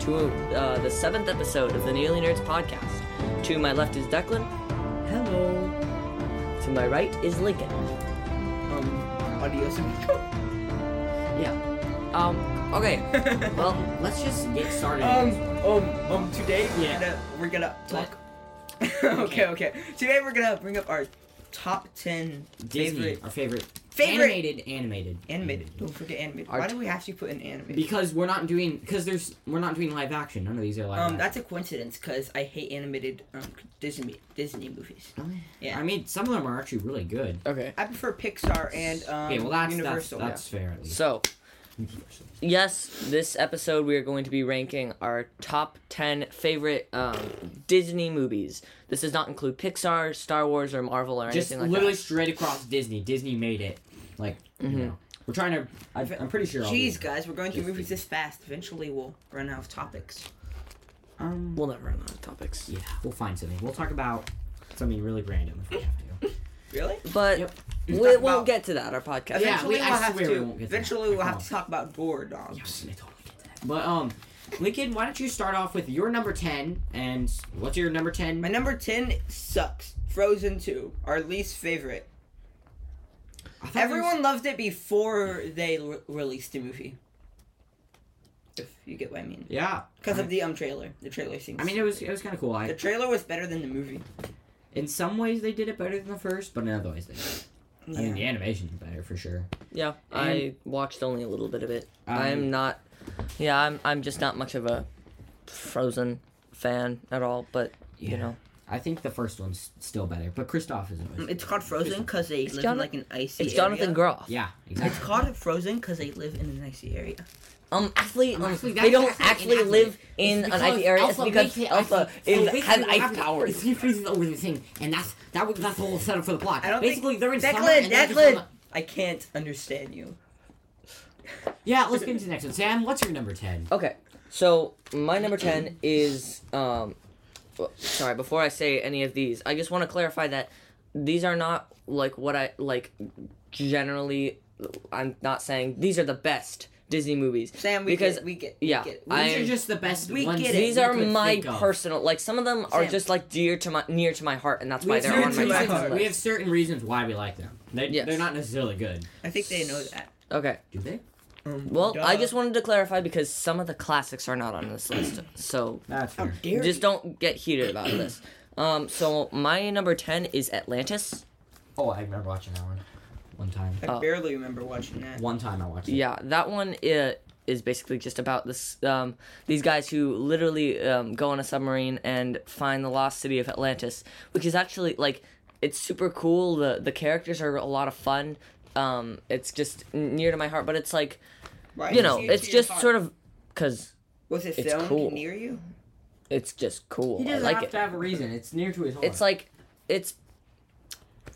100th uh, episode of the Nearly Nerds podcast. To my left is Declan. Hello. To my right is Lincoln. Um, Adios, amigo. yeah. Um, okay. well, let's just get started. Um, um, um, today we're Yeah. gonna we're gonna What? talk. okay, okay. Today we're gonna bring up our top ten Disney, favorite our favorite, Favorite- animated, animated, animated. Don't forget animated. Our Why t- do we have to put an animated? Because we're not doing, because there's, we're not doing live action. None of these are live. um, action. that's a coincidence because I hate animated um, Disney Disney movies. yeah. I mean, some of them are actually really good. Okay. I prefer Pixar and um, okay, well that's Universal. that's, that's fair at least. So, yes, this episode we are going to be ranking our top 10 favorite um, Disney movies. This does not include Pixar, Star Wars, or Marvel, or Just anything like literally that. straight across Disney. Disney made it. Like you know, we're trying to. I, I'm pretty sure. all these- Mm-hmm. Jeez, guys, we're going through Disney. movies this fast. Eventually, we'll run out of topics. Um, We'll never run out of topics. yeah, we'll find something. We'll talk about something really random if we have to. Really? But Yep. we, Let's will talk about- get to that, our podcast. Yeah. Eventually, we- I we'll have swear to. we won't get to that. eventually, we'll I have promise. to talk about door dogs. Yes, I totally get to that. But um, Lincoln, why don't you start off with your number ten and what's your number ten? My number 10 sucks. Frozen 2, our least favorite. I thought there was- Everyone loved it before they re- released the movie. If you get what I mean. Yeah. Because of the um trailer. The trailer seems. I mean, it was it was kind of cool. the I, trailer was better than the movie. in some ways they did it better than the first, but in other ways they. Didn't. I mean, the animation is better for sure. Yeah, I And- watched only a little bit of it. Um, I'm not. Yeah, I'm. I'm just not much of a Frozen fan at all. But you Yeah. know, I think the first one's still better, but Kristoff is always. Um, It's called Frozen because they live in Jonathan- like an icy it's area. Jonathan Groff. Yeah, It's exactly. called Frozen because they live in an icy area. Um, actually, Um, um, actually, they that's don't actually an actually athlete. live It's in an because icy area. It's Elsa because makes it Elsa icy. is, So basically has what ice happens powers. is He freezes over the thing, and that's that was that's the whole setup for the plot. I don't think- Basically, they're in summer. Declan, and they're just Declan! on I can't understand you. the- Yeah, let's get into the next one. Sam, what's your number ten? Okay, so my number ten is um, well, sorry. Before I say any of these, I just want to clarify that these are not like what I like. Generally, I'm not saying these are the best Disney movies. Sam, we because get we get. yeah, we get, I These are am- just the best We ones. get it. these we are could my think of. personal. Like some of them are Sam. just like dear to my near to my heart, and that's We why have, they're on dear my to my top heart. reasons, we have list. certain reasons why we like them. They, Yes. They're not necessarily good. I think they know that. Okay. Do they? Um, Well, I duh. just wanted to clarify because some of the classics are not on this list, so That's How fair. dare just you. don't get heated about this. Um, so my number ten is Atlantis. Oh, I remember watching that one. One time. I uh, barely remember watching that. One time I watched it. Yeah, that one i- is basically just about this um, these guys who literally um, go on a submarine and find the lost city of Atlantis, which is actually like it's super cool. the The characters are a lot of fun. Um, it's just n- near to my heart, but it's like Why you know, it's just sort of because Was it it's filmed cool. near you? it's just cool. He I doesn't like have it. to have a reason. It's near to his heart. It's like it's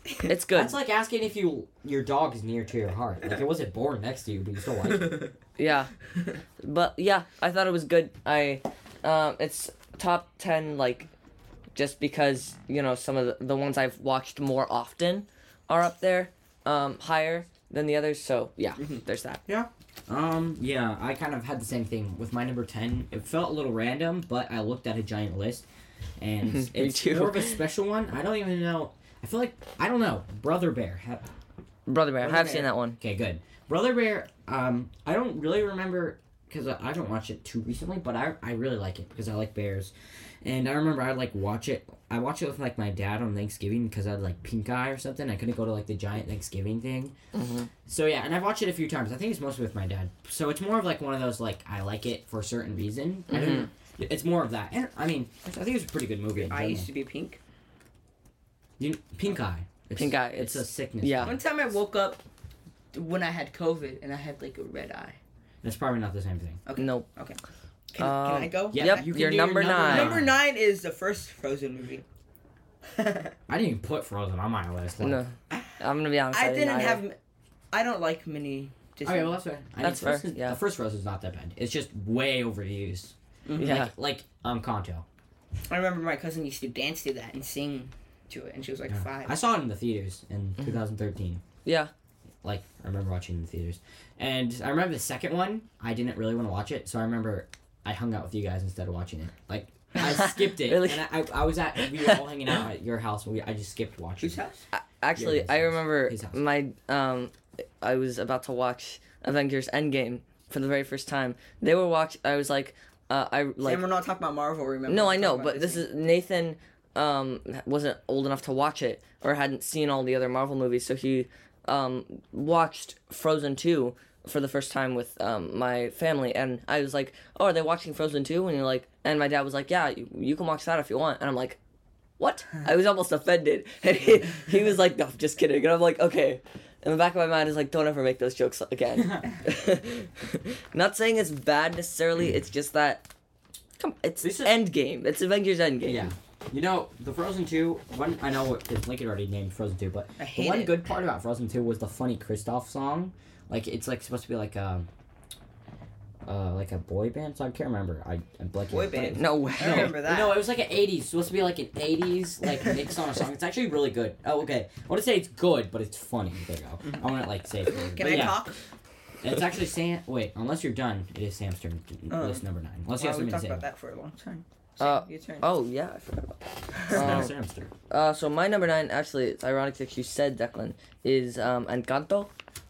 it's good. that's like asking if you your dog is near to your heart. Like it wasn't born next to you, but you still like it. Yeah. But yeah, I thought it was good. I um it's top 10 like just because, you know, some of the, the ones I've watched more often are up there um higher than the others, so yeah, Mm-hmm. there's that. Yeah. Um. Yeah. I kind of had the same thing with my number ten. It felt a little random, but I looked at a giant list, and Me it's too. more of a special one. I don't even know. I feel like I don't know. Brother Bear. Ha- Brother Bear, I Brother have Bear. seen that one. Okay, good. Brother Bear, um, I don't really remember because I I haven't watched it too recently, but I, I really like it because I like bears, and I remember I like watch it. I watch it with like my dad on Thanksgiving because I had like pink eye or something. I couldn't go to like the giant Thanksgiving thing. So yeah, and I've watched it a few times. I think it's mostly with my dad. So it's more of like one of those like I like it for a certain reason. I don't. It's more of that. And I mean, I think it's a pretty good movie. in I used general. to be pink. You- pink eye. It's- Pink eye, It's, it's- a sickness. yeah. One time I woke up when I had COVID and I had like a red eye. That's probably not the same thing. Nope. Can, Um, can I go? Yeah, Yep, you can you're do your number number nine. Number nine is the first Frozen movie. I didn't even put Frozen on my list. like- No. I'm going to be honest. I didn't either. have. I don't like mini Disney. Okay, well that's fair. I That's fair, Frozen- yeah. The first Frozen's not that bad. It's just way overused. Yeah. Like um Kanto. Mm-hmm. I remember my cousin used to dance to that and sing to it, and she was like Yeah. five. I saw it in the theaters in 2013. Mm-hmm. Yeah. Like I remember watching it in the theaters, and I remember the second one. I didn't really want to watch it, so I remember I hung out with you guys instead of watching it. Like I skipped it. Really? And I, I, I was at we were all hanging out at your house. And we, I just skipped watching. Whose house? Actually, his I house. remember His house. my um, I was about to watch Avengers Endgame for the very first time. They were watch. I was like, uh, I like. and we're not talking about Marvel. Remember? No, We're I know, talking about but this Disney. is Nathan um wasn't old enough to watch it or hadn't seen all the other Marvel movies, so he um watched Frozen 2 for the first time with um my family and I was like, "Oh, are they watching Frozen 2?" And you're like and my dad was like, "Yeah, you, you can watch that if you want." And I'm like, "What?" I was almost offended. And he, he was like, "No, just kidding." And I'm like, "Okay." In the back of my mind is like, "Don't ever make those jokes again." Not saying it's bad necessarily. It's just that come, it's This is- end game. It's Avengers End Game. Yeah. You know, the Frozen 2, one, I know what Lincoln already named Frozen 2, but I the hate one it. good part about Frozen 2 was the funny Kristoff song. Like, it's like supposed to be like a, uh, like a boy band song. I can't remember. I, I'm blanking. Boy But band. it's- No way. I remember that. No, it was like an 80s. Supposed to be like an 80s, like mix on a song. It's actually really good. Oh, okay. I want to say it's good, but it's funny. There you go. I want to, like, say it's really good. Mm-hmm. Can But I yeah, talk? It's actually Sam. Wait, unless you're done, it is Sam's turn. Oh. list number nine. Unless you Wow, have we something to talked say. about that for a long time. Uh, Sam, your turn. Oh yeah, I forgot about that. It's now Um, Sam's turn. Uh, so my number nine, actually, it's ironic that you said Declan is um Encanto.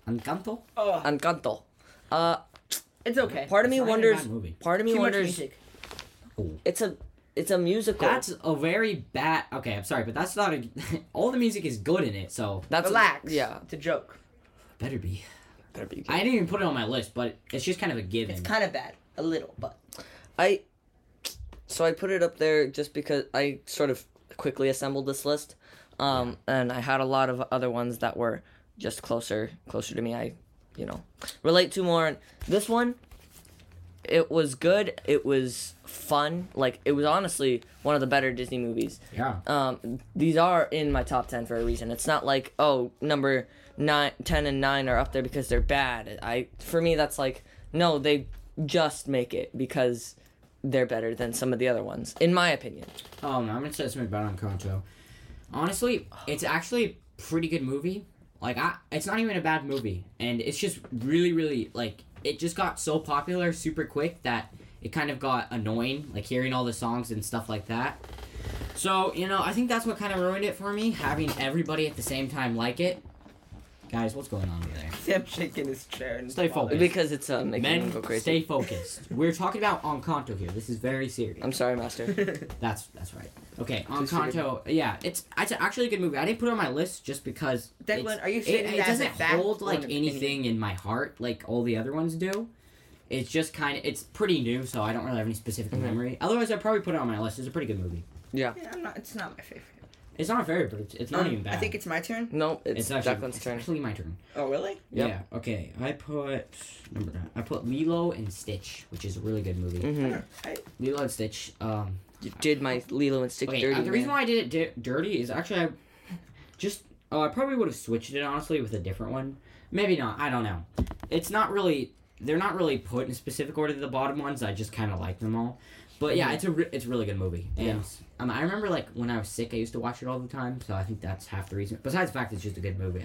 Encanto? Ugh, Encanto. Uh, it's okay. part of me It's not even a wonders. bad movie. Part of me Too much wonders. music. It's a it's a musical. That's a very bad. Okay, I'm sorry, but that's not a. all the music is good in it, so That's a- Relax. yeah. It's a joke. better be. Better be I didn't even put it on my list, but it's just kind of a given. It's kind of bad. A little, but. I so I put it up there just because I sort of quickly assembled this list, um, and I had a lot of other ones that were just closer closer to me. I, you know, relate to more. And this one, it was good. It was fun. Like it was honestly one of the better Disney movies yeah. um, these are in my top 10 for a reason. It's not like, oh, number nine, 10 and 9 are up there because they're bad. I For me, that's like, no, they just make it because they're better than some of the other ones, in my opinion. Oh no, I'm gonna say something about Encanto. Honestly, it's actually a pretty good movie. Like I, it's not even a bad movie, and it's just really, really like it just got so popular super quick that it kind of got annoying, like hearing all the songs and stuff like that. So you know, I think that's what kind of ruined it for me, having everybody at the same time like it. Guys, what's going on over there? Sam shaking his chair. And Stay focused. Because it's uh, making Men, me go crazy. stay focused. We're talking about Encanto here. This is very serious. I'm sorry, Master. That's that's right. Okay, Please forgive Encanto. Yeah, it's it's actually a good movie. I didn't put it on my list just because Declan, it's- are you it, saying it that as a doesn't fact hold or like an opinion? anything in my heart like all the other ones do. It's just kind of it's pretty new, so I don't really have any specific Mm-hmm. Mhm. memory. Otherwise, I'd probably put it on my list. It's a pretty good movie. yeah. Yeah, I'm not, it's not my favorite. It's not very, but it's, it's not Um, even bad. I think it's my turn. No, it's, it's actually Declan's it's turn. actually my turn. Oh, really? Yep. Yeah. Okay, I put number nine. I put Lilo and Stitch, which is a really good Mm. movie. hmm I, Lilo and Stitch. Um, You did my Lilo and Stick Okay, dirty. uh, the reason man. why I did it di- dirty is actually I just oh I probably would have switched it honestly with a different one. Maybe not. I don't know. It's not really they're not really put in specific order. The bottom ones I just kind of like them all. But yeah, it's a re- it's a really good movie. And Mm-hmm. Yeah. um, I remember like when I was sick, I used to watch it all the time. So I think that's half the reason. Besides the fact it's just a good movie,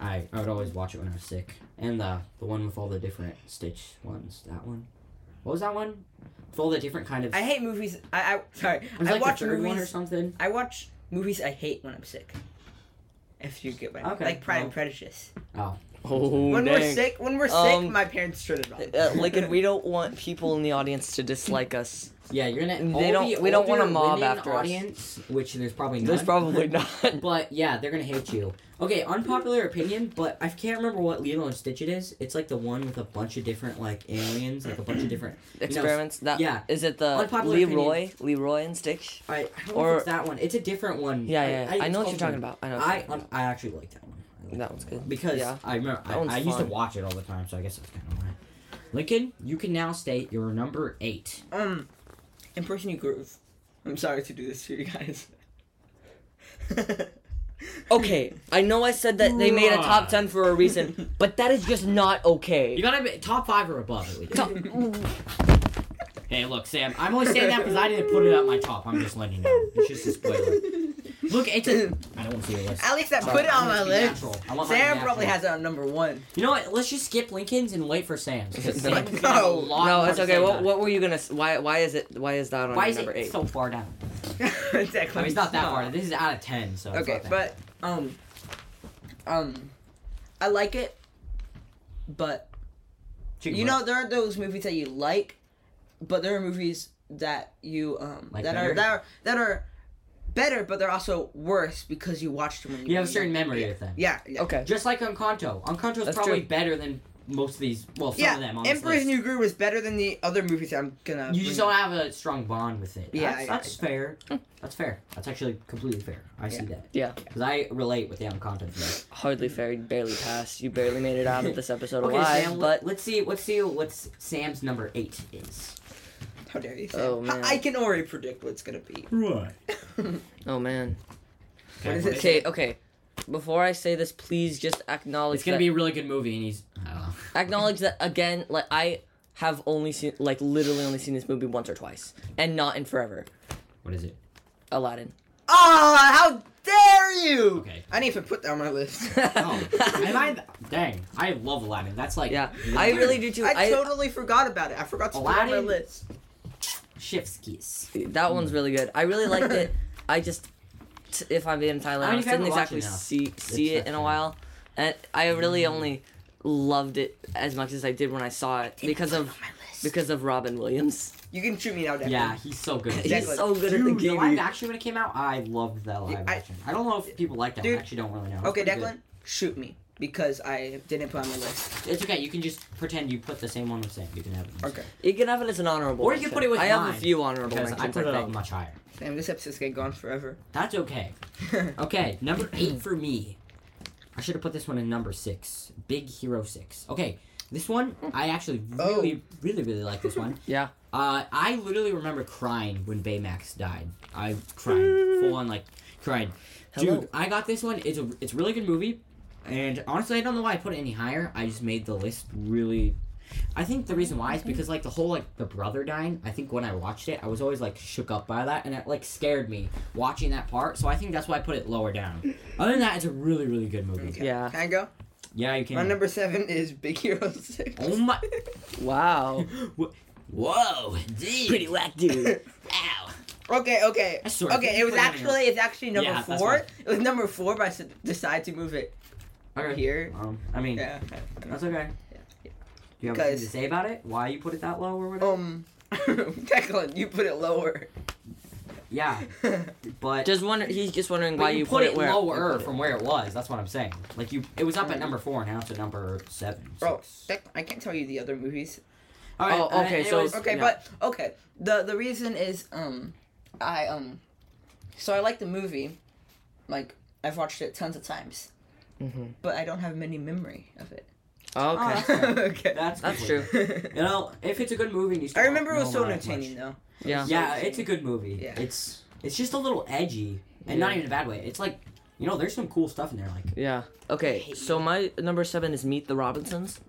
I I, I would always watch it when I was sick. And the the one with all the different Stitch ones, that one. What was that one? With all the different kind of. I hate movies. I, I sorry. It was I like the watch third one or movies. something. I watch movies I hate when I'm sick. If you get my Okay, like Pride and well. Prejudice. Oh. Oh, when we're dang. sick, when we're sick, Um, my parents turn it off. Uh, Lincoln, we don't want people in the audience to dislike us. Yeah, you're gonna. And all they don't- The we don't want a older mob women after us. audience, which there's probably none. There's probably not. But yeah, they're gonna hate you. Okay, unpopular opinion, but I can't remember what Lilo and Stitch it is. It's like the one with a bunch of different like aliens, like a bunch of different. experiments. That yeah. Is it the Unpopular Leroy, Leroy and Stitch? I, I don't know Or- if it's that one. It's a different one. Yeah, yeah. I, it's know what you're called talking one. about. I know. what you're I talking about. I actually like that one. I like That one's good. because Yeah. I remember That one's I, I used to fun. watch it all the time, so I guess that's kind of why. Lincoln, you can now state your number eight. Um, impression you groove. I'm sorry to do this to you guys. okay, I know I said that they made a top Right. ten for a reason, but that is just not okay. You gotta be top five or above. At least. Hey, look, Sam. I'm only saying that because I didn't put it at my top. I'm just letting you know. It's just a spoiler. Look, it's a. I don't want to see a list. At least I Sorry, put it I on want my it to be list. natural. I want mine Sam natural. probably has it on number one. You know what? Let's just skip Lincoln's and wait for Sam's. 'cause No. Sam's gonna have a No. lot No, more it's to okay. say What, about it. what were you gonna? s- Why why is it? Why is that on Why your is number it eight? so far down? exactly. I mean, it's not that far. This is out of ten, so. it's Okay, not that but um, um, I like it, but Chicken you butt. know there are those movies that you like, but there are movies that you um Like that better? are that are that are better, but they're also worse because you watched them when you. you have were a certain young. memory Yeah. of them. Yeah. yeah. Okay. Just like Encanto. Encanto's That's probably true. better than most of these. Well, some of them Yeah, on this Emperor's list. New Groove was better than the other movies I'm gonna. You just bring don't up. have a strong bond with it. Yeah, that's, yeah, that's fair. That's fair. That's actually completely fair. I see that. Yeah. Because I relate with the Encanto. thing. Hardly fair. You barely passed. You barely made it out of this episode Okay, alive. Sam. but But let's see. Let's see what Sam's number eight is. How dare you? Sam. Oh, man. I, I can already predict what it's gonna be. Right. oh man. What is it? Okay. Okay. Before I say this, please just acknowledge. It's gonna that- be a really good movie, and he's. uh, I don't know. acknowledge that again like i have only seen like literally only seen this movie once or twice and not in forever What is it? aladdin Oh, how dare you! Okay. I didn't even put that on my list. Oh, am I? th- Dang, I love Aladdin. That's like yeah i really do too I, i, totally forgot about it. I forgot to put it on Aladdin. my list. Chef's kiss. that one's really good i really liked it i just t- if i'm being thailand I i mean, if you didn't haven't watched exactly it now, see see it not in a fair. while and i really only loved it as much as i did when i saw it because of because of robin williams You can shoot me now, Declan. Yeah, he's so good. at he's Exactly. this. so good at the Dude, the game live action when it came out, I loved that live Yeah, I- action. I don't know if people like that. one. I Dude. actually don't really know. It's Okay, pretty Declan, shoot me because I didn't put on my list. good. It's okay. You can just pretend you put the same one with Sam. You can have it. Okay. you can have it as an honorable Or you can mention. put it with i have a mine, few honorable Because I mentions i put it up think much higher. Damn, this episode's gonna go on forever. That's okay. Okay, number eight for me. I should have put this one in number six. Big Hero Six. Okay, this one I actually Oh. really, really, really like this one. yeah Uh, I literally remember crying when Baymax died. I cried full on like cried. Hello. Dude, I got this one. It's a it's a really good movie, and honestly, I don't know why I put it any higher. I just made the list really. I think the reason why is because like the whole like the brother dying. I think when I watched it, I was always like shook up by that, and it like scared me watching that part. So I think that's why I put it lower down. Other than that, it's a really really good movie. Okay. Yeah. Can I go? Yeah, you can. My number seven is Big Hero Six. oh my! wow Whoa, dude. pretty whack dude Ow. Okay, okay. I swear, okay, keep it was putting it on actually it's actually number Yeah, that's four. fine. It was number four, but I s- decided to move it Okay. here. Um, I mean. Yeah. That's okay. Yeah. Do you have Guys. anything to say about it? Why you put it that low or whatever? Um, Declan, you put it lower. yeah, but Oh. Just wonder. He's just wondering but why you, put, it, where you lower put it. from where it was. That's what I'm saying. Like you, it was up at number four, and now it's at number seven. Bro, six. Declan, I can't tell you the other movies. All right, Oh, uh, okay, so- anyways, Okay, yeah. but okay. The the reason is um I um so I like the movie. Like I've watched it tons of times, Mhm. but I don't have many memory of it. Ah, Oh, okay. that's fair. okay. that's That's completely- true. You know, if it's a good movie, and you I still remember it was don't so know that entertaining much- though. Yeah. Yeah, it's a good movie. Yeah. It's it's just a little edgy, and not Yeah. even in a bad way. It's like you know, there's some cool stuff in there. Like, Yeah. Okay. So my number seven is Meet the Robinsons.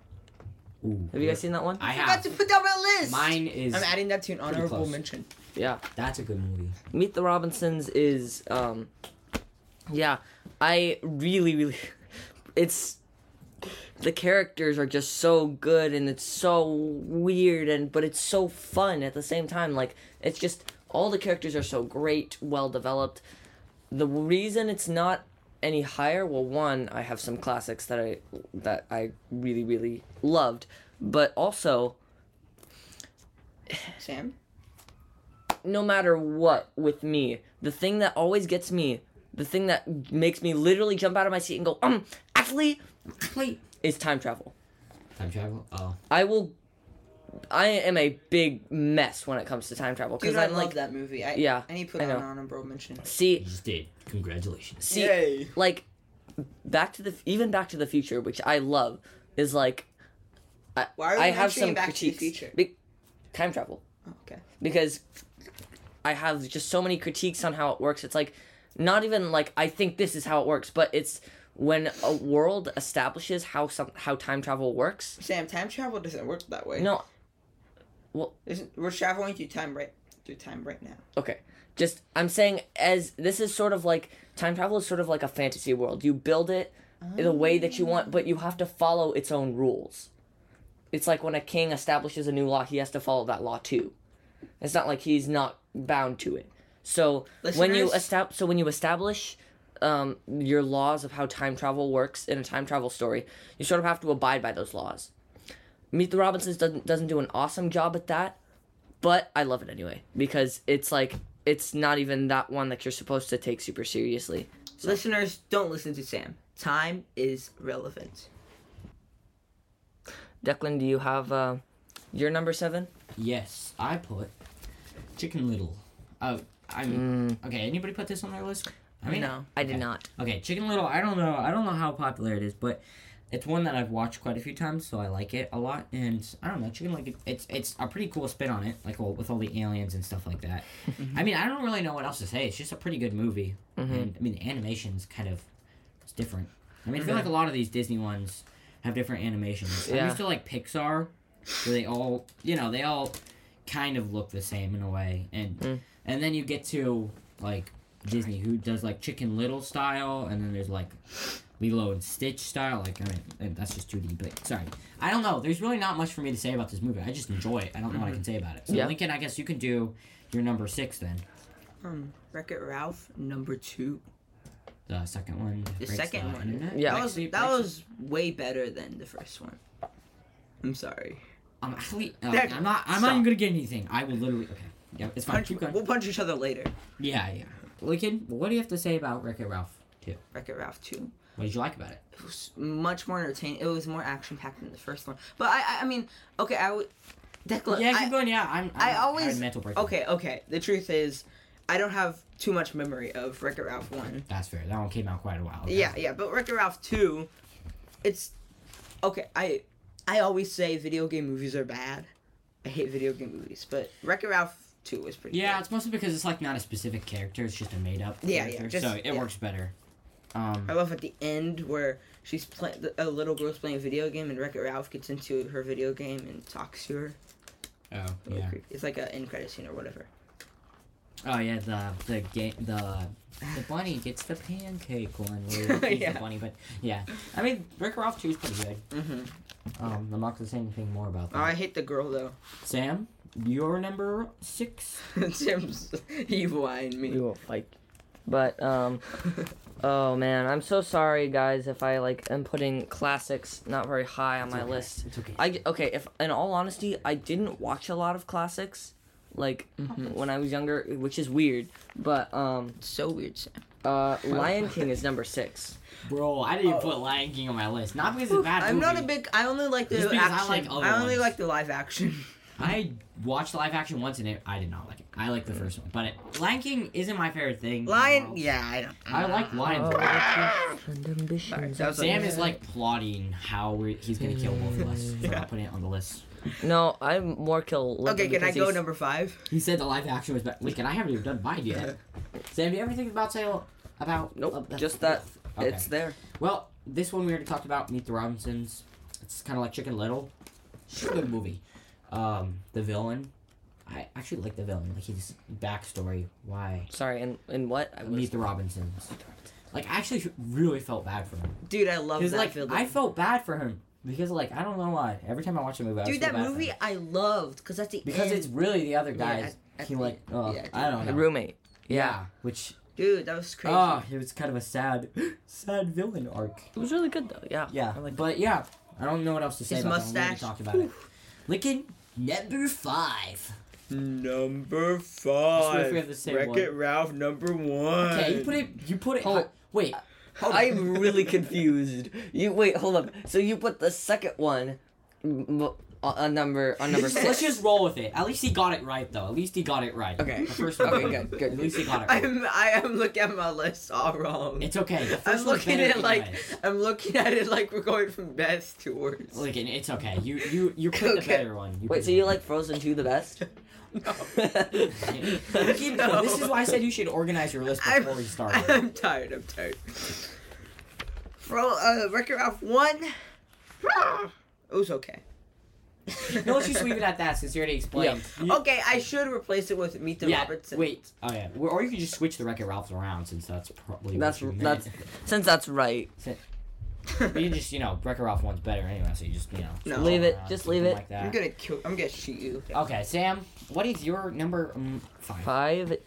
ooh, Have you guys seen that one? I I forgot have. to put down my list. Mine is I'm adding that to an honorable close. mention. Yeah. that's a good movie. Meet the Robinsons is um, yeah. I really really, it's the characters are just so good and it's so weird and but it's so fun at the same time. Like it's just all the characters are so great, well developed. The reason it's not any higher, well, one, I have some classics that I that I really really loved, but also Sam, no matter what with me, the thing that always gets me, the thing that makes me literally jump out of my seat and go, um, actually, Actually, is time travel. time travel. Oh, I will. I am a big mess when it comes to time travel dude, because I I'm love like, that movie. I, Yeah, I need to put I it know. on an honorable mention. see, you just did. Congratulations. see, Yay. like, Back to the even Back to the Future, which I love, is like, I, Why are we I have mentioning some Back to the critiques. Future? Be- time travel. Oh, okay. because I have just so many critiques on how it works. It's like not even like I think this is how it works, but it's when a world establishes how some how time travel works. Sam, time travel doesn't work that way. No, Isn't- we're traveling through time right through time right now. okay. Just I'm saying as this is sort of like time travel is sort of like a fantasy world. You build it the way that you want, but you have to follow its own rules. It's like when a king establishes a new law, he has to follow that law too. It's not like he's not bound to it. So when you Listeners? estab- so when you establish um, your laws of how time travel works in a time travel story, you sort of have to abide by those laws. Meet the Robinsons doesn't doesn't do an awesome job at that, but I love it anyway because it's like it's not even that one that you're supposed to take super seriously. Listeners, don't listen to Sam. Time is relevant. Declan, do you have uh, your number seven? Yes, I put Chicken Little. Oh, I mean, Mm. okay. Anybody put this on their list? I mean, no. I did not. Okay, Chicken Little. I don't know. I don't know how popular it is, but it's one that I've watched quite a few times, so I like it a lot. And I don't know, Chicken Little. It's it's a pretty cool spin on it, like well, with all the aliens and stuff like that. I mean, I don't really know what else to say. It's just a pretty good movie, and I mean, the animation's kind of it's different. I mean, I feel like a lot of these Disney ones have different animations. I'm Yeah. used to like Pixar, where they all you know they all kind of look the same in a way, and Mm. and then you get to like Disney, who does like Chicken Little style, and then there's like Lilo and Stitch style. Like, I mean, and that's just 2D, but sorry. I don't know. There's really not much for me to say about this movie. I just enjoy it. I don't know what I can say about it. So, Mm-hmm. Yeah. Lincoln, I guess you can do your number six then. Um, Wreck It Ralph number two. The second one. The breaks second one. internet. Yeah. That Breaks was the- that breaks the- was way better than the first one. I'm sorry. I'm actually. uh, There- I'm not. I'm not stop. even gonna get anything. I will literally. Okay. Yep. It's fine. Punch, Keep going. we'll punch each other later. Yeah. Yeah. Lincoln, what do you have to say about Wreck-It Ralph 2? Wreck It Ralph two. What did you like about it? It was much more entertaining. It was more action packed than the first one. But I, I, I mean, okay, I would. Declan, yeah, I- keep going. Yeah, I'm. I'm I having always- a mental breakdown. Okay, okay. The truth is, I don't have too much memory of Wreck It Ralph 1. That's fair. That one came out quite a while. ago. Yeah, yeah, but Wreck It Ralph 2, it's. Okay, I I always say video game movies are bad. I hate video game movies, but Wreck It Ralph 2 was pretty Yeah, it's mostly because it's like not a specific character; it's just a made-up Yeah, yeah, character, just- so it yeah. works better. Um, good. I love at the end where she's playing. A little girl's playing a video game and Wreck It Ralph gets into her video game and talks to her. oh A little yeah, creepy. It's like an end credit scene or whatever. oh yeah, the the game the the bunny gets the pancake one. Where he's Yeah. the bunny, but yeah, I mean, Rick Ralph two is pretty good. hmm Um, I'm not gonna say anything more about that. Oh, I hate the girl though. Sam, you're number six. Tim's evil eyeing me. We won't fight. But um, oh man, I'm so sorry, guys, if I like am putting classics not very high on my okay. list. It's okay. I okay, if in all honesty, I didn't watch a lot of classics, like when I was younger, which is weird. But um, So weird, Sam. uh, Lion King is number six. Bro, I didn't even Oh. put Lion King on my list. Not because it's a bad I'm movie. not a big. I only like the Just action. because I I, like other only ones. like the live action. I watched the live action once and it, I did not like it. I like the first one, but it, Lion King isn't my favorite thing. in the Lion. world. Yeah, I don't. I like Oh. lions. but Sorry, that was Sam is like plotting how we he's gonna kill both of us for not putting it on the list. No, I'm more kill. Lincoln Okay, can I because go he's- number five? He said the live action was bad. Lincoln, I haven't even done mine yet. Sam, do you ever think about sale about? Nope, uh, just that. Okay. It's there. Well, this one we already talked about. Meet the Robinsons. It's kind of like Chicken Little. It's a good movie. Um, the villain. I actually like the villain. Like his backstory. Why? Sorry, and and what? I was- Meet the Robinsons. Like I actually really felt bad for him. Dude, I love Because that like film. I felt bad for him because like I don't know why. Every time I watch a movie, I Dude, just feel that bad for movie him. I loved because that's the because end. it's really the other Yeah, guys. I- I he like think- uh, yeah, I don't know. the roommate. yeah. Yeah. which Dude, that was crazy. oh, it was kind of a sad, sad villain arc. It was really good though. Yeah. Yeah, I like but yeah, I don't know what else to say His about that. We already mustache. talked about it. Lincoln number five. number I swear five. if we have the same Wreck-It one. Ralph number one. Okay, you put it. You put it. Hold- hi- wait, I'm really confused. You wait, hold up. So you put the second one m- m- on number on number let's just- let's six. just roll with it. At least he got it right, though. At least he got it right. Okay. The first one. Okay, good, good, At least he got it right. I'm I am looking at my list all wrong. It's okay. The I'm first one's looking better at it like anyways. I'm looking at it like we're going from best to worst. Lincoln, it's okay. You you you picked the Okay. better one. You Wait, picked so the you better like Frozen two the best? one. Lincoln, No. This is why I said you should organize your list I'm, before we start. I'm tired. I'm tired. Fro uh, Wreck-It Ralph one. It was okay. no, let's just leave it at that since you already explained. You- Okay, I should replace it with Meet the yeah, Robertson. Wait. Oh yeah. Well, Or you could just switch the Wreck-It Ralphs around since that's probably That's- what you that's- meant. Since that's right, But you just you know Wreck-It Ralph one's better anyway, so you just you know. No. switch Leave it, around, just something leave it. Like I'm that. gonna kill. I'm gonna shoot you. Okay, Sam. What is your number um, five? five.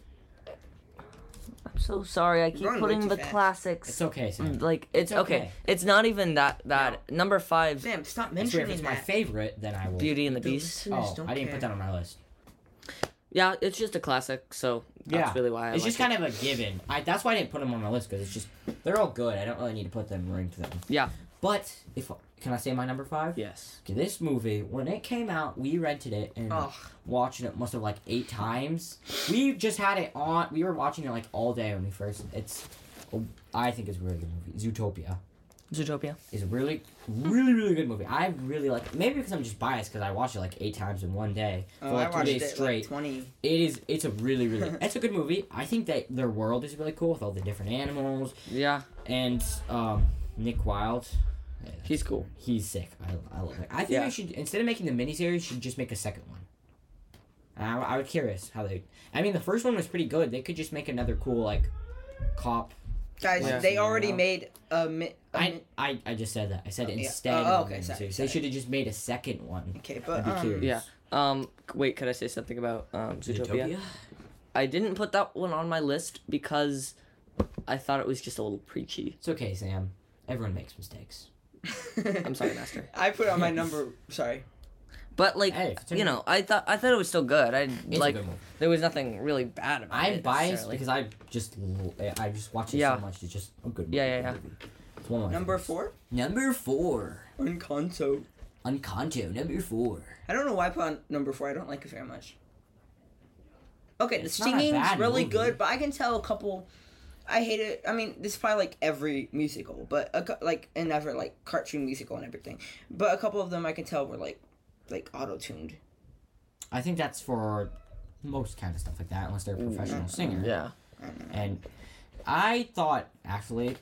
I'm so sorry. I keep You're going way putting too the fast. classics. It's okay, Sam. Mm, Like it's, It's okay. okay. It's not even that bad. Number five, Sam, stop I swear, if mentioning it's that. my favorite, then I will. Beauty and the The Beast. listeners Oh, don't I didn't care. put that on my list. Yeah, it's just a classic, so that's Yeah. really why I. it's like just kind of a given. I that's why I didn't put them on my list because it's just they're all good. I don't really need to put them ranked them. Yeah. But if can I say my number five? yes. Okay, this movie when it came out, we rented it and Oh. Ugh. watched it must have like eight times. We just had it on. We were watching it like all day when we first. It's I think it's a really good movie. Zootopia Zootopia. is a really, really, really good movie. I really like. Maybe because I'm just biased because I watched it like eight times in one day for Oh, I like two watched days it straight. like 20. It is. It's a really, really. it's a good movie. I think that their world is really cool with all the different animals Yeah. and um, Nick Wilde. He's cool. He's sick. I, I love it. I think Yeah. they should instead of making the miniseries, you should just make a second one. I, I was curious how they. I mean, the first one was pretty good. They could just make another cool like cop. Guys, Yeah. they already Yeah. made a mi- a I, mi- I, I just said that. I said Um, Oh, yeah. instead. Oh, of a okay, sorry, miniseries. sorry. They should have just made a second one. Okay, I'd but be um, curious. Yeah. Um. c- Wait, could I say something about um Zootopia? Zootopia? I didn't put that one on my list because I thought it was just a little preachy. It's okay, Sam. Everyone makes mistakes. I'm sorry, Master. um, I put on my number. Sorry. But like, Hey, if it's a- you know, I thought I thought it was still good. I It's like a good movie. there was nothing really bad about it. I'm biased necessarily. because I just I just watch it Yeah. so much. It's just a good. Yeah, yeah, movie. It's one of my Number favorites. four, Number four. Unconto. Unconto. Number four. I don't know why I put on number four. I don't like it very much. Okay, It's the not a singing's bad really movie. good, but I can tell a couple. I hate it. I mean, this is probably like every musical, but a, cou- like and ever like cartoon musical and everything. But a couple of them I can tell were like, like auto tuned. I think that's for most kind of stuff like that, unless they're a professional singer. yeah. And I thought actually,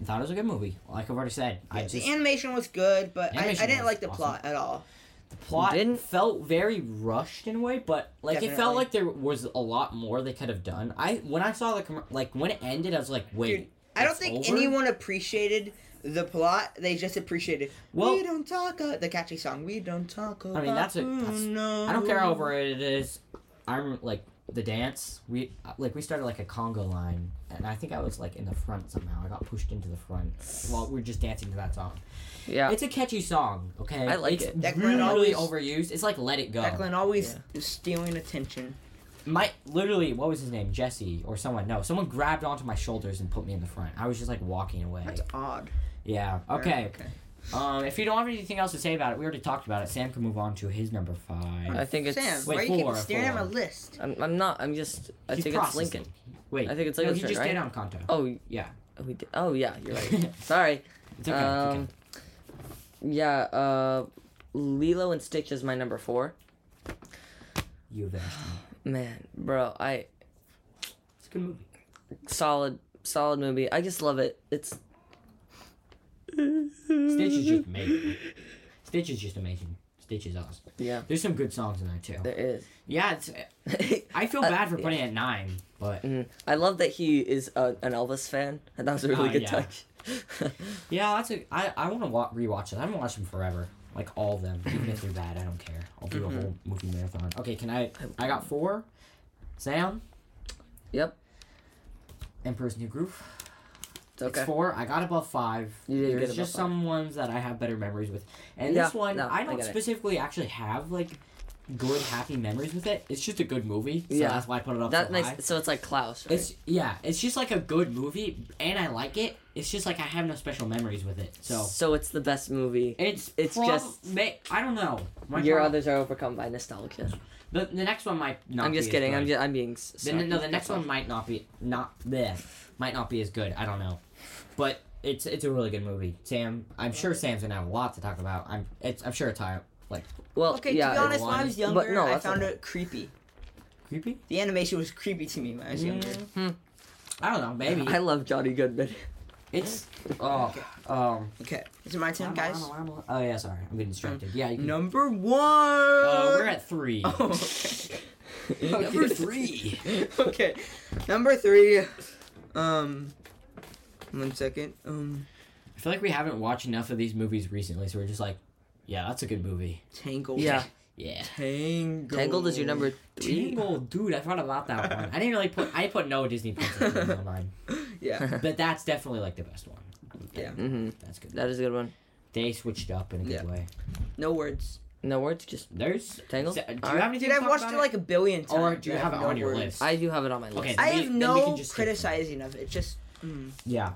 I thought it was a good movie. Like I've already said, I just the animation was good, but I, I Animation didn't was like the awesome. plot at all. the plot Didn't- felt very rushed in a way, but like it Definitely. felt like there was a lot more they could have done. I when I saw the comm- like when it ended, I was like, wait. Dude, I don't it's think over? anyone appreciated the plot. They just appreciated. Well- we don't talk. a-" the catchy song. We don't talk. About mean, that's a- that's- no. I don't care how overrated it is. I'm like the dance. We like we started like a conga line, and I think I was like in the front somehow. I got pushed into the front while we are just dancing to that song. Yeah. It's a catchy song. Okay, I like it's it. Declan Really, really always- overused. It's like "Let It Go." Declan always is stealing attention. My literally, what was his name? Jesse or someone? No, someone grabbed onto my shoulders and put me in the front. I was just like walking away. That's odd. Yeah. Okay. Um, if you don't have anything else to say about it, we already talked about it. Sam can move on to his number five. I think it's. Sam, Wait, why are you four, keep staring at my four. list? I'm, I'm not. I'm just. I He's think processing. it's Lincoln. Wait, I think it's no, Lincoln he Street, just right? did on Conto. Oh Yeah. we did. Oh yeah, you're right. Sorry. It's okay. it's okay. Um, yeah. Uh, Lilo and Stitch is my number four. You have asked me. Man, bro, I It's a good movie. solid, solid movie. I just love it. It's Mm. Stitch is just amazing. Stitch is just amazing. Stitch is awesome. yeah. There's some good songs in there too. There is. Yeah, it's. I feel Uh, bad for yeah. putting it at nine, but Mm. I love that he is a, an Elvis fan. and That was a really Oh, good yeah. touch. yeah, that's a. I I want to wa- rewatch it. I haven't watched them forever. Like all of them, even if they're bad, I don't care. I'll do Mm-hmm. a whole movie marathon. Okay, can I? I got four. Sam, yep. Emperor's New Groove. It's okay. It's four. I got above five. You did There's get above just five. some ones that I have better memories with, and Yeah, this one no, I I don't get it. specifically actually have like good happy memories with it. It's just a good movie, so Yeah. that's why I put it up. that so makes high. so it's like Klaus. Right? It's yeah. It's just like a good movie, and I like it. It's just like I have no special memories with it, so so it's the best movie. it's It's prob- just- ma- I don't know. My Your prob- others are overcome by nostalgia. the, the next one might not. I'm just be as kidding. I'm good. just, I'm being. s- The, no, the sarcastic. next one might not be not bleh, might not be as good. I don't know, but it's it's a really good movie. Sam, I'm sure Sam's gonna have a lot to talk about. I'm it's I'm sure it's high, like Well, Okay, yeah, to be honest, when I one. was But younger, no, I that's found okay. it creepy. creepy. The animation was creepy to me when I was younger. I don't know, maybe. I love Johnny Goodman. It's oh um. Okay, is it my turn, guys? Mm. Oh yeah, sorry, I'm getting distracted. Yeah, you can. Number one. Uh, we're at three. Oh, okay. Number three. okay. Number three. Um. One second. Um. I feel like we haven't watched enough of these movies recently, so we're just like, yeah, that's a good movie. Tangled. Yeah. Yeah. Tangled. Tangled is your number three. Tangled, dude, I thought about that one. I didn't really put. I put no Disney princess on mine, Yeah. but that's definitely like the best one. Mm-hmm. That's good. That is a good one. They switched up in a good Yeah. way. No words. No words, just There's Tangled? Do you Alright. have Dude, anything? to I've talk watched about it like a billion times. Or do you I have it no on your words. list? I do have it on my list. Okay. I Then we- have then we can no just skip it. criticizing of it. Just. Mm. Yeah.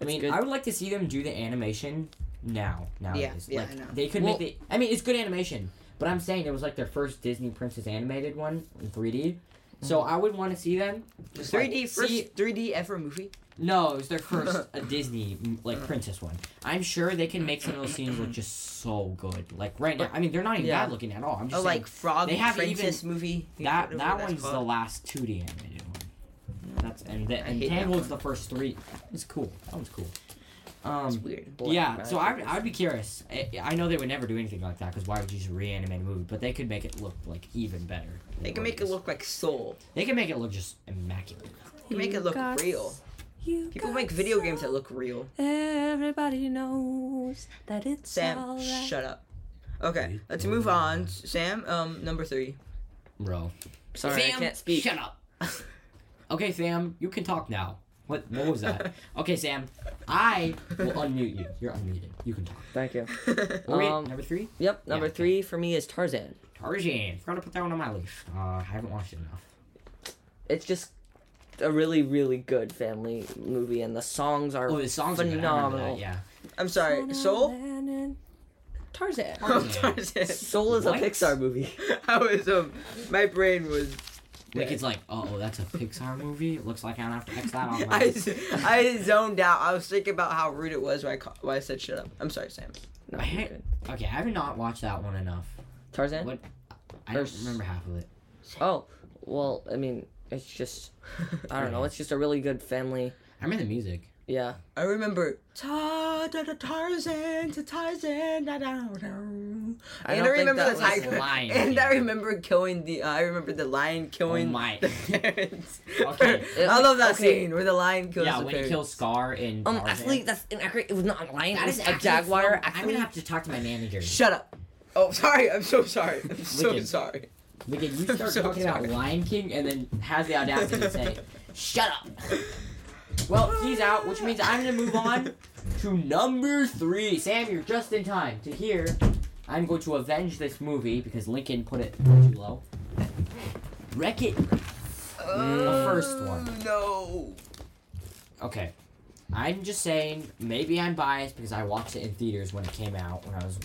I mean, good. I would like to see them do the animation now. Nowadays, yeah, like I know. they could Well- make the. I mean, it's good animation, but I'm saying it was like their first Disney Princess animated one in 3D. So Mm-hmm. I would want to see them. just, like, 3D first see- 3D ever movie. no, it was their first a Disney m- like princess one. I'm sure they can make some of those scenes look just so good. Like right now, I mean, they're not even Yeah. bad looking at all. I'm just Oh, saying like Frog they have Princess movie. that whatever that that's one's the called. last 2D animated one. That's and the, and hate that Tangled's one. the first three. It's cool. That one's cool. Um, It's weird. yeah, Black so I, magic I would be curious. I, I know they would never do anything like that because why would you just reanimate a movie? But they could make it look like even better. than They can what make it is. look like Soul. They can make it look just immaculate. They can make it look real. You People make video games that look real. Everybody knows that it's all Sam, right. shut up. Okay, let's move on. Sam, um, number three. Bro, Sorry, I Sam, can't speak. Shut up. okay, Sam, you can talk now. What what was that? okay, Sam, I will unmute you. You're unmuted. You can talk. Thank you. What were we at? Um, number three. Yep, number okay. three for me is Tarzan. Tarzan. Forgot to put that one on my list. Uh, I haven't watched it enough. It's just a really, really good family movie, and the songs are Oh, the songs are good. I remember phenomenal. that, yeah. I'm sorry, Soul. Tarzan. Oh, Yeah. Tarzan. Soul is What? a Pixar movie. I was um, my brain was. Like dead. it's like, oh, that's a Pixar movie. It looks like I don't have to X that on Oh my I, list. I zoned out. I was thinking about how rude it was when I ca- when I said shut up. I'm sorry, Sam. No, I you're hate- good. Okay, I have not watched that one enough. Tarzan. What? I Or don't s- remember half of it. Oh, well, I mean, it's just I don't know. It's just a really good family. I remember the music. Yeah. I remember ta da da Tarzan to Tarzan da da da. And I I, don't think remember that the was tiger. Lion King. Oh and I remember killing the. I remember the lion killing my. the parents. Okay. I love that Okay. scene where the lion kills. yeah, the when parents. he kills Scar in. Um, Tarzan. actually, that's inaccurate. It was not a lion. Oh, That It was is a actually jaguar. from- I'm Actually, gonna have to talk to my manager. Shut up. Oh, sorry. I'm so sorry. I'm so Wicked. sorry. Look at you I'm start so talking sorry. about Lion King and then has the audacity to say, "Shut up." Well, he's out, which means I'm gonna move on to number three. Sam, you're just in time to hear. I'm going to avenge this movie because Lincoln put it too low. Wreck it. The first one. Oh, No. Okay. I'm just saying, maybe I'm biased because I watched it in theaters when it came out when I was.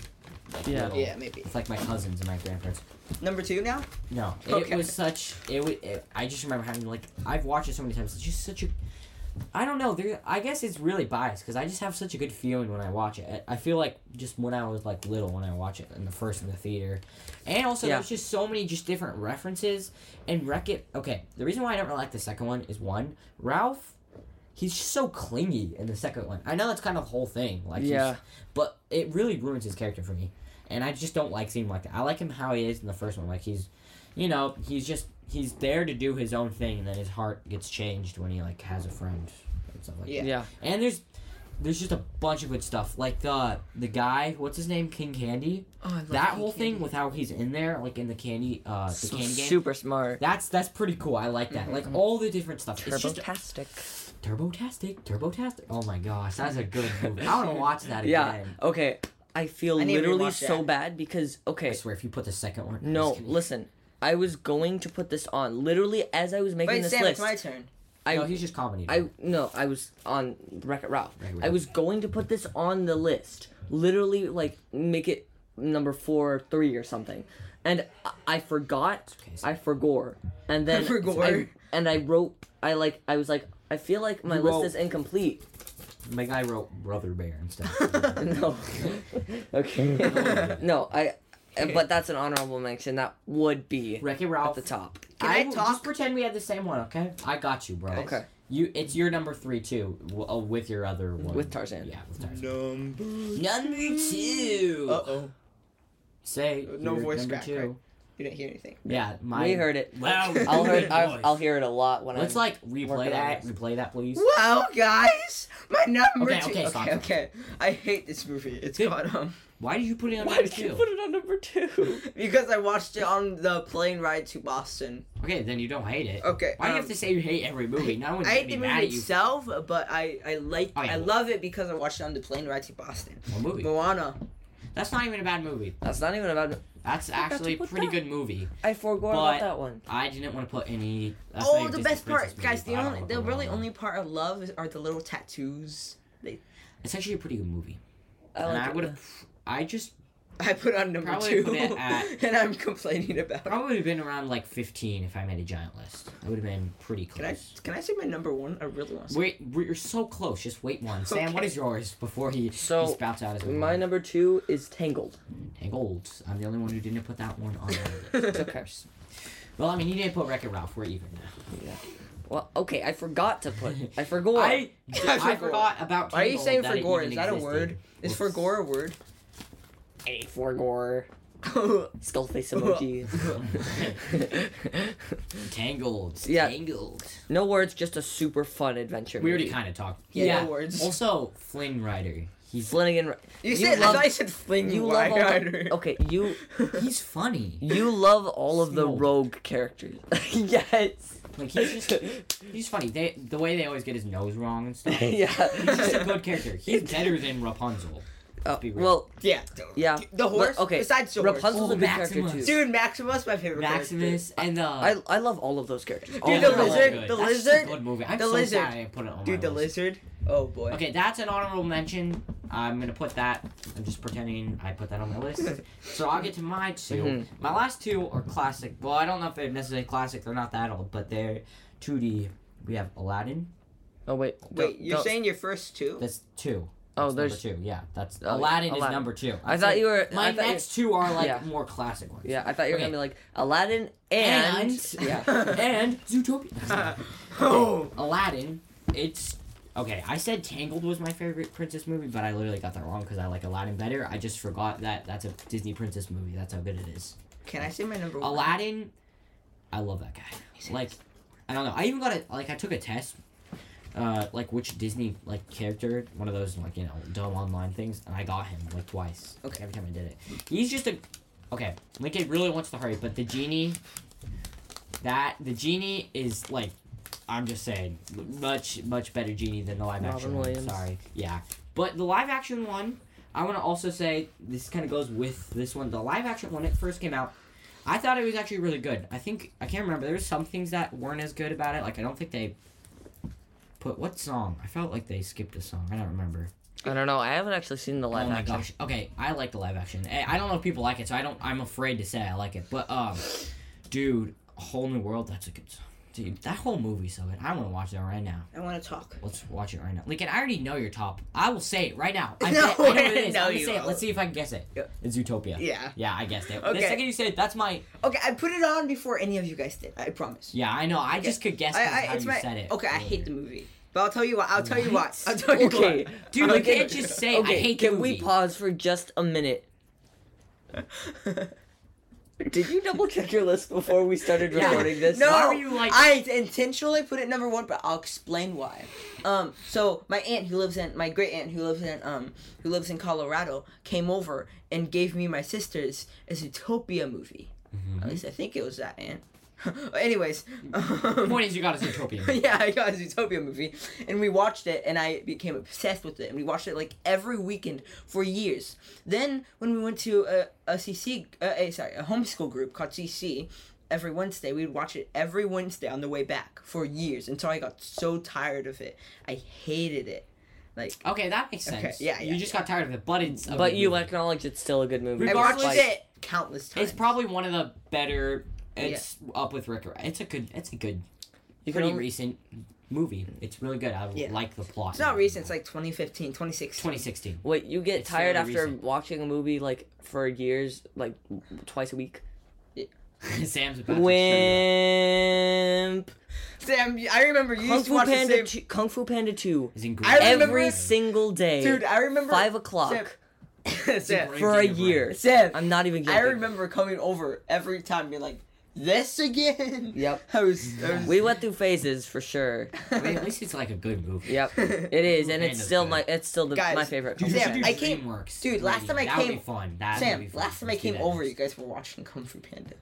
like, Yeah. little. Yeah, maybe. It's like my cousins and my grandparents. Number two now. No, it Okay. was such. It, wa- it. I just remember having like I've watched it so many times. It's just such a. I don't know. There. I guess it's really biased because I just have such a good feeling when I watch it. I I feel like just when I was like little when I watch it in the first in the theater, and also Yeah. there's just so many just different references and Wreck It. Okay, the reason why I don't really like the second one is one Ralph. He's just so clingy in the second one. I know that's kind of the whole thing. Like he's- Yeah. but it really ruins his character for me. And I just don't like seeing him like that. I like him how he is in the first one. Like he's, you know, he's just he's there to do his own thing, and then his heart gets changed when he like has a friend and stuff like Yeah. that. yeah. And there's there's just a bunch of good stuff. Like the the guy, what's his name, King Candy. Oh, I love That whole thing with how he's in there, like in the candy, uh, the So candy game. super smart. That's that's pretty cool. I like Mm-hmm. that. Like all the different stuff. It's just Turbotastic. turbotastic, turbotastic. Oh my gosh, that's a good movie. I want to watch that Yeah. again. Okay. I feel I need to literally rewatch so that. bad because okay. I swear, if you put the second one, I'm No, just gonna- listen. I was going to put this on literally as I was making Wait, this Sam, list. it's my turn. I no, he's just comedy. I no, I was on Wreck It Ralph. Wreck-It I was going to put this on the list, literally like make it number four, or three, or something, and I, I forgot. okay, so- I forgot, and then Forgot. I- and I wrote. I like. I was like. I feel like my You list wrote- is incomplete. my guy wrote Brother Bear and stuff. No. okay. no, I. But that's an honorable mention. That would be Wreck It at Ralph. the top. Can I will- talk? Just pretend we had the same one, okay? I got you, bro. Okay. You it's your number three too w- uh, with your other one With Tarzan. Yeah, with Tarzan. Number. Number two. Uh oh. Say Uh, No your voice number crack, two. right? You didn't hear anything. Yeah, my. we heard it. Wow. I'll hear. good I'll, voice. I'll hear it a lot when Let's I'm. like replay working that. on this. Replay that, please. Wow, guys, my number Okay, two. okay, Okay, stop. okay, I hate this movie. It's Dude. got um Why did you put it on Why number did you two? put it on number two? because I watched it on the plane ride to Boston. Okay, then you don't hate it. Okay, Why do you have um, to say you hate every movie? No one's I gonna hate be the mad movie at you. itself, but I I like Oh, yeah, I well- love it because I watched it on the plane ride to Boston. What movie? Moana. That's not even a bad movie. That's not even about. That's forgot to actually a put pretty that. good movie. I forgot But- about that one. I didn't want to put any. that's not oh, even the Disney best part, princess movie, guys. but The I don't only want to the put it really on. only part I love is, are the little tattoos It's actually a pretty good movie. I and like I it. would have. I just I put on number Probably two, put it at- and I'm complaining about. it. probably would have been around like 15 if I made a giant list. I would have been pretty Can I close. can I say my number one? I really want to. Wait, we- you're so close. Just wait one. Sam, what Okay. is yours before he, So, he spouts out his My number two is Tangled. Hey, gold. I'm the only one who didn't put that one on. the list. It's okay. well, I mean, he didn't put Wreck-It Ralph. We're even now. Well, okay, I forgot to put. I forgot. I, I I forgot about. Why are you Tangled, saying that it Fergor? even Is that a existed. word? Is Whoops. Fergor a word? I forgot. Oh, Skull face emoji. emoji. Tangled. Yeah. Tangled. no words, just a super fun adventure. We already movie. kind of talked. Yeah, no words. Also, Flynn Rider. He's Flanagan. You said I love- thought you said fling you you love wide all the- rider. Okay, you he's funny. you love all of the Snow. rogue characters. yes. Like he's just he's funny. They the way they always get his nose wrong and stuff. He's just a yeah. good character. He's better than Rapunzel. Uh, be real. well, Yeah. Yeah. The horse. okay, Besides the Rapunzel's horse. Oh, a good character Maximus. too. Dude, Maximus, my favorite. Maximus and the I I love all of those characters. All Dude, of them the are lizard- good. the That's just lizard- A good movie. I'm the so lizard. sad I didn't put it on Dude, my the list. lizard. Oh boy. Okay, that's an honorable mention. I'm gonna put that. I'm just pretending I put that on my list. so I'll get to my 2 Mhm. My last two are classic. Well, I don't know if they're necessarily classic. They're not that old, but they're 2D. We have Aladdin. Oh wait. Wait, don't- you're don't- saying your first two? That's two. Oh, That's number there's. two. Yeah, that's Oh, yeah, Aladdin, is Aladdin. number two. I thought you were. My I thought you- next two are like Yeah. more classic ones. Yeah, I thought you were Okay. gonna be like Aladdin and, And- yeah. and Zootopia. That's not- oh. Aladdin, it's okay. I said Tangled was my favorite princess movie, but I literally got that wrong because I like Aladdin better. I just forgot that that's a Disney princess movie. That's how good it is. Can I say my number one? Aladdin, I love that guy. Like, I don't know. I even got a like. I took a test. Uh, like which Disney like character, one of those like you know dumb online things, and I got him like twice. Okay. every time I did it, he's just a okay. Lincoln really wants to hurry, but the genie, that the genie is like, I'm just saying, much much better genie than the live Robin action. one. Williams. Sorry, yeah, but the live action one, I want to also say this kind of goes with this one. The live action one, when it first came out, I thought it was actually really good. I think I can't remember. There were some things that weren't as good about it. Like I don't think they put what song. I felt like they skipped a song. I don't remember. I don't know. I haven't actually seen the live oh my action. gosh. Okay, I like the live action. Eh, I don't know if people like it, so I don't. I'm afraid to say I like it. But um, dude, a whole new world. That's a good song. Dude, that whole movie so good. I want to watch that right now. I want to talk. Let's watch it right now. Lincoln, I already know your top. I will say it right now. I, No bet, I know what way. it is. No, I'm gonna you say it. won't. Let's see if I can guess it. Yeah. It's Utopia. Yeah. Yeah, I guessed it. The Okay. second you say it, that's my. Okay, I put it on before any of you guys did. I promise. Yeah, I know. I just could guess 'cause I, how I, it's you my. said it. Okay, I hate earlier. the movie. But I'll tell you what. I'll tell you what. What? I'll tell you Okay. what. Dude, I'll you tell can't just say I hate the can movie. we pause for just a minute? Did you double check your list before we started Yeah. recording this? No, Why were you like- I intentionally put it number one, but I'll explain why. Um, so my aunt who lives in my great aunt who lives in um who lives in Colorado came over and gave me my sister's a Zootopia movie. Mm-hmm. At least I think it was that aunt. Anyways, um, The point is, you got a Zootopia. movie. yeah, I got a Zootopia movie, and we watched it, and I became obsessed with it, and we watched it like every weekend for years. Then when we went to a, a CC, uh, a, sorry, a homeschool group called CC, every Wednesday we'd watch it every Wednesday on the way back for years until I got so tired of it. I hated it. Like Okay, that makes sense. Okay, yeah, You yeah, just got tired of it, but it's. a But good you movie. acknowledge it's still a good movie. I Regardless- watched despite- it countless times. It's probably one of the better. It's up with Rick. and- It's a good. It's a good. you can pretty only- recent movie. It's really good. I Yeah. like the plot. It's not recent. It's like 2015, 2016. 2016. Wait, you get It's tired fairly after recent. watching a movie like for years, like twice a week? Sam's about to Wimp. Sam, I remember you Kung used to Fu watch Panda. the same. Two, Kung Fu Panda Two. He's in I remember- Every single day. Dude, I remember five o'clock Sam, Sam, great- for a Breaking your year. brain. Sam, I'm not even I joking. remember coming over every time being like, "This again." Yep. I was. I was We went through phases for sure. Wait, at least it's like a good movie. Yep, it is, and it's Panda's still good. my it's still the, Guys, my favorite. do Kung Fu Sam, Panda. I came- DreamWorks. dude, last time I that would came- be fun. That would Sam, be fun. last time I Let's do came that over, next. you guys were watching Kung Fu Panda.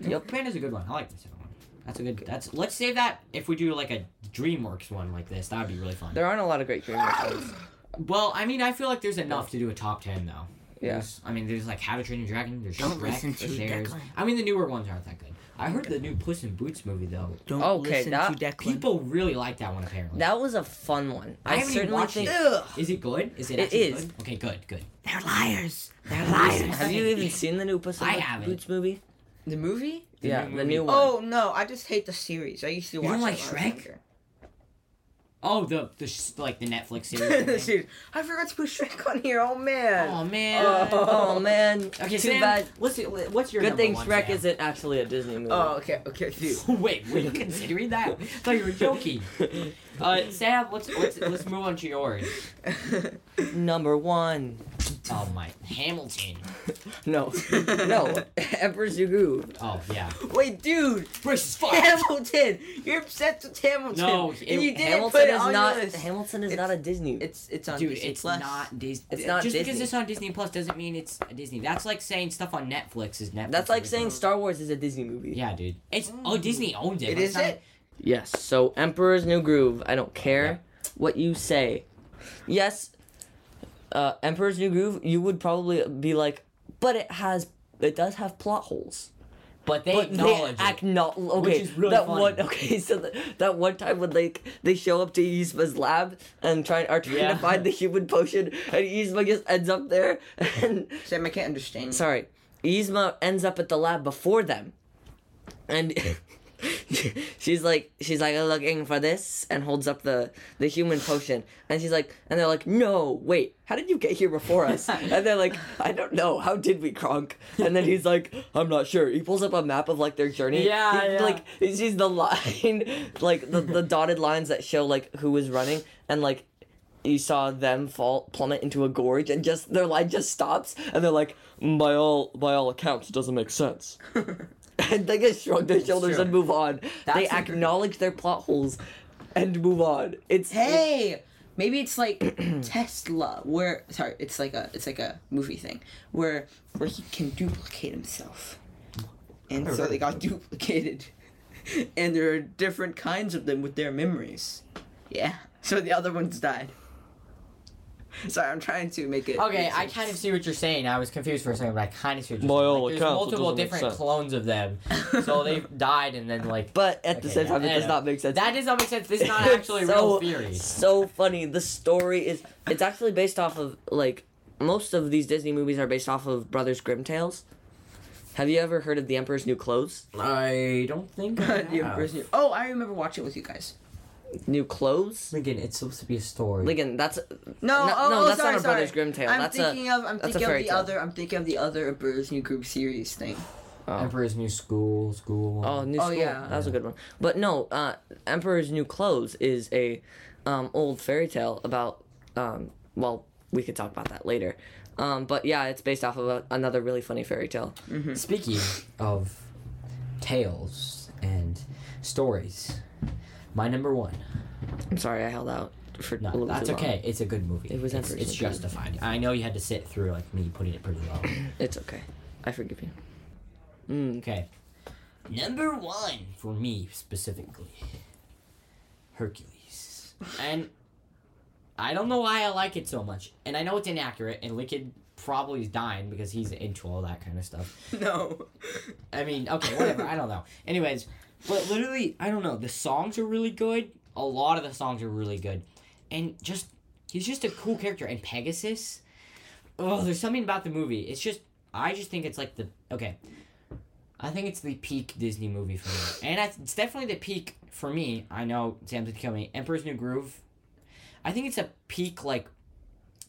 Yep. Panda's a good one. I like the second one. That's a good. That's let's save that if we do like a DreamWorks one like this. That would be really fun. There aren't a lot of great DreamWorks films. well, I mean, I feel like there's enough to do a top ten though. Yeah. There's, I mean, there's like How to Train Your Dragon. There's Don't Shrek, listen to there's theirs. I mean, the newer ones aren't that good. I heard the new Puss in Boots movie though. Don't Oh, Okay, listen that- to People really like that one apparently. That was a fun one. I I, haven't even certainly watched think. it. Is it good? Is it? It actually is. Good? Okay, good, good. They're liars. They're Have you even seen the new Puss in I Bo- haven't. Boots movie? The movie? The yeah, new the movie. new one. Oh no, I just hate the series. I used to watch. don't it like when I was Shrek? younger. Oh, the the sh- like the Netflix series. Dude, I forgot to put Shrek on here. Oh man. oh man. oh, oh, man. okay, Too Sam, bad. What's your, what's your Good number thing one, Shrek Sam? isn't actually a Disney movie. Oh, okay, okay, dude. Wait, were you considering that? I thought you were joking. Uh, Sam, let's, let's let's move on to yours. Number one. Oh my, Hamilton. No, no. Emperor's New Groove. Oh yeah. Wait, dude, Brace is Hamilton. You're obsessed with Hamilton. No, and it- you didn't Hamilton put it is on not. your list. Hamilton is It's- not a Disney. It's it's on Dude, Disney it's Plus. not Disney. It's not just because Disney. it's on Disney Plus doesn't mean it's a Disney. That's like saying stuff on Netflix is Netflix. That's like saying original. Star Wars is a Disney movie. Yeah, dude. It's oh Disney owns it. It but it's is not- it? Yes. So Emperor's New Groove. I don't care what you say. Yes. Uh, Emperor's New Groove. You would probably be like, but it has. It does have plot holes. But they But they acknowledge it. acknowledge. Okay. is really that funny. one. Okay. So that that one time when like they show up to Yzma's lab and try are trying Yeah. to find the human potion and Yzma just ends up there and Sam, I can't understand. sorry, Yzma ends up at the lab before them, and she's like, she's like looking for this, and holds up the the human potion, and she's like, and they're like, no, wait, how did you get here before us? and they're like, I don't know, how did we, Kronk? And then he's like, I'm not sure. He pulls up a map of like their journey. Yeah, He- yeah. Like he sees the line, like the the dotted lines that show like who was running, and like you saw them fall plummet into a gorge and just their line just stops and they're like "Mm, by all by all accounts it doesn't make sense and they just shrug their shoulders true. and move on they That's- acknowledge their plot holes and move on it's Hey, maybe it's like Tesla, where sorry, it's like a it's like a movie thing where where he can duplicate himself, and so they got duplicated, and there are different kinds of them with their memories. Yeah, so the other ones died. Sorry, I'm trying to make it. Okay, make I sense. kind of see what you're saying. I was confused for a second, but I kind of see what you're By saying. all Like, there's accounts, it multiple doesn't make different sense. clones of them, so they died and then like. but at the Okay, same yeah, time it I does know. not make sense that does not make sense. This is not It's actually a real so- theory. so funny the story is it's actually based off of like most of these disney movies are based off of brothers grimm tales have you ever heard of the emperor's new clothes I don't think. The Emperor's New- Oh, I remember watching it with you guys. new clothes Again, it's supposed to be a story. Ligon, that's No, No- oh, no, oh, that's sorry, not a sorry. Brothers Grimm tale. I'm That's a- thinking of I'm that's a thinking of fairy the tale. other I'm thinking of the other Emperor's New Group series thing. Emperor's New School, School. Oh, new Oh, school. yeah. That was a good one. But no, uh, Emperor's New Clothes is a um, old fairy tale about. Um, well, we could talk about that later. Um, but yeah, it's based off of a, another really funny fairy tale. Speaking of tales and stories, my number one. I'm sorry I held out for a No, little that's too long. okay. It's a good movie. It was it's, Emperor's it's New Groove. justified. I know you had to sit through like me putting it pretty low. It's okay. I forgive you. Okay. Number one for me specifically, Hercules, and I don't know why I like it so much. And I know it's inaccurate, and Lincoln probably is dying because he's into all that kind of stuff. No. I mean, okay, whatever. I don't know. Anyways, but literally, I don't know. The songs are really good. A lot of the songs are really good, and just he's just a cool character. And Pegasus, oh, there's something about the movie. It's just I just think it's like the okay. I think it's the peak Disney movie for me, and I, it's definitely the peak for me. I know Sam's gonna kill me. Emperor's New Groove. I think it's a peak like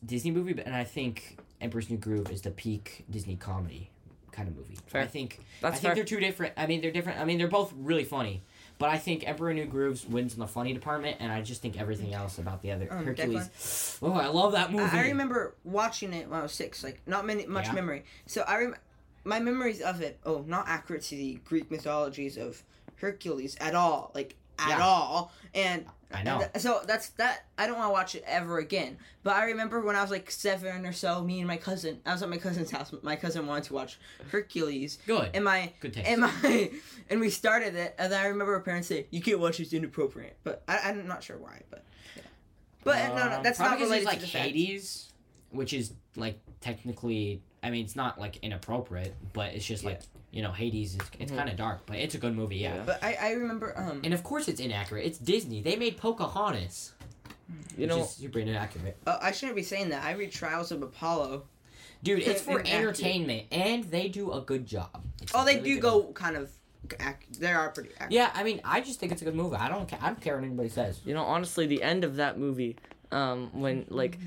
Disney movie, but and I think Emperor's New Groove is the peak Disney comedy kind of movie. Fair. I think That's I think fair. they're two different. I mean, they're different. I mean, they're both really funny, but I think Emperor New Grooves wins in the funny department, and I just think everything else about the other Um, Hercules. Oh, I love that movie. I, I remember watching it when I was six, like not many much Yeah. memory. So I rem- my memories of it. Oh, not accurate to the Greek mythologies of Hercules at all, like at Yeah. all. And I know. and th- so that's that. I don't want to watch it ever again. But I remember when I was like seven or so, me and my cousin. I was at my cousin's house. My cousin wanted to watch Hercules, Good. and my Good taste. and my and we started it. And then I remember our parents say, "You can't watch it; it's inappropriate." But I, I'm not sure why. But yeah. but uh, no, no, Um, that's probably not 'cause related it's like to the fact. Hades, which is like technically. I mean, it's not like inappropriate, but it's just like you know, Hades is it's Mm-hmm. kind of dark, but it's a good movie, yeah. Yeah. But I, I remember um And of course, it's inaccurate. It's Disney. They made Pocahontas, You which know, is super inaccurate. oh, I shouldn't be saying that. I read Trials of Apollo. Dude, it's for Inaccurate. entertainment, and they do a good job. It's a Oh, they really do good go kind of ac- they are pretty accurate. Yeah, I mean, I just think it's a good movie. I don't, ca- I don't care what anybody says. you know, honestly, the end of that movie, um, when like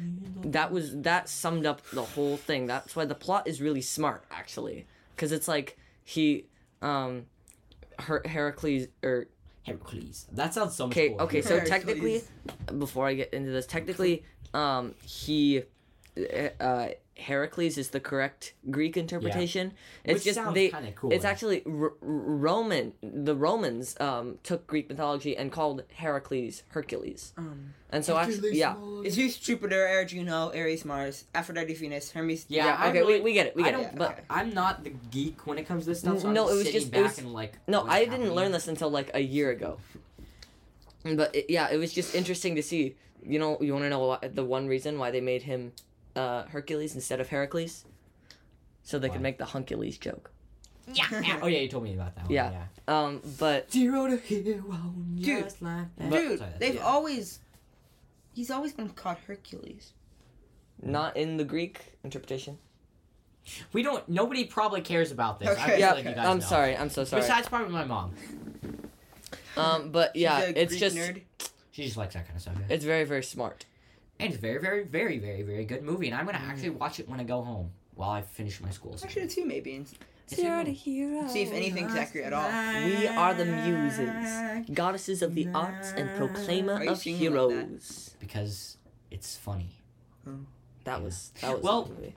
that was that summed up the whole thing. That's why the plot is really smart, actually, because it's like he, um, Her- Heracles or Hercules. That sounds so much Okay, cooler. okay, so Hercules. technically before I get into this, technically um he uh Heracles is the correct Greek interpretation. It's Which just sounds they kinda cool. it's actually R- R- Roman the Romans um took Greek mythology and called Heracles Hercules. Um, And so actually yeah. It's Zeus, Jupiter, Air, Juno, Aries, Mars, Aphrodite, Venus, Hermes. Yeah, Yeah, I'm okay, really- we, we get it. We I get don't, it. yeah, But okay. I'm not the geek when it comes to this stuff. So No, I'm it just was sitting just- it back was- and like. No, what's I didn't learn happening. this until like a year ago. But it, yeah, it was just interesting to see. You know, you want to know why, the one reason why they made him uh, Hercules instead of Heracles? So they could Why? make the Huncules joke. Oh yeah, you told me about that. One, Yeah. yeah. Um, but Zero to hero, Dude, just like that. Dude, Sorry, that's- they've yeah. always. He's always been called Hercules. not in the Greek interpretation. We don't. Nobody probably cares about this. I Okay. feel Yeah, like you guys I'm know. sorry. I'm so sorry. Besides, probably my mom. um, but She's yeah, a it's Greek just nerd. She just likes that kind of stuff. yeah. it's very very smart. And it's a very, very, very, very, very good movie. And I'm gonna actually watch it when I go home while I finish my school. I should have too, maybe. And Zero to hero. see if anything's accurate at all. We are the muses, goddesses of the arts and proclaimer Are you of singing like that? heroes. because it's funny. that? Yeah. was that was Well, the movie.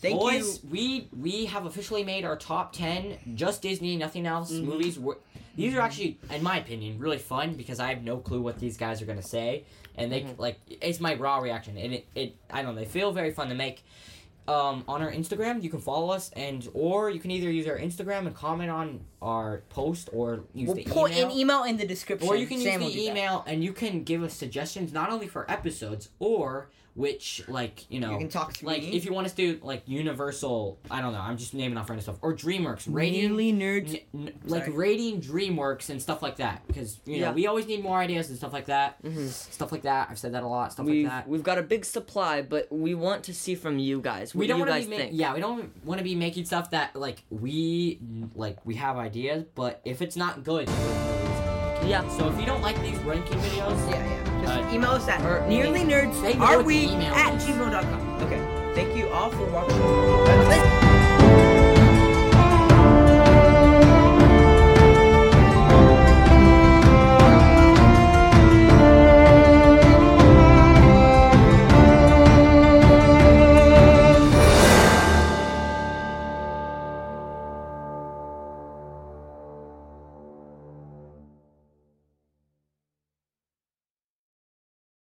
Thank Boys, we we have officially made our top ten. Just Disney, nothing else. Mhm. Movies. Were, these are actually, in my opinion, really fun because I have no clue what these guys are gonna say, and they Mm-hmm. like it's my raw reaction, and it, it I don't know. They feel very fun to make. Um, on our Instagram, you can follow us, and or you can either use our Instagram and comment on our post, or you. use We'll the put email. an email in the description. Or you can Sam will use do the that. email and you can give us suggestions not only for episodes or which like you know You can talk to like me. if you want us to do like Universal I don't know I'm just naming off random stuff or DreamWorks rating Really nerds. n- n- like Sorry. rating DreamWorks and stuff like that because you know Yeah. we always need more ideas and stuff like that Mhm. stuff like that I've said that a lot stuff We've, like that we've got a big supply, but we want to see from you guys. What we don't do you want guys to be ma- think? yeah we don't want to be making stuff that like we like we have ideas but if it's not good Yeah. so if you don't like these ranking videos Yeah, yeah. Just Uh, email us at or- nearly nerds They know are what to we email at us. gmail.com. Okay. Thank you all for watching. Bye.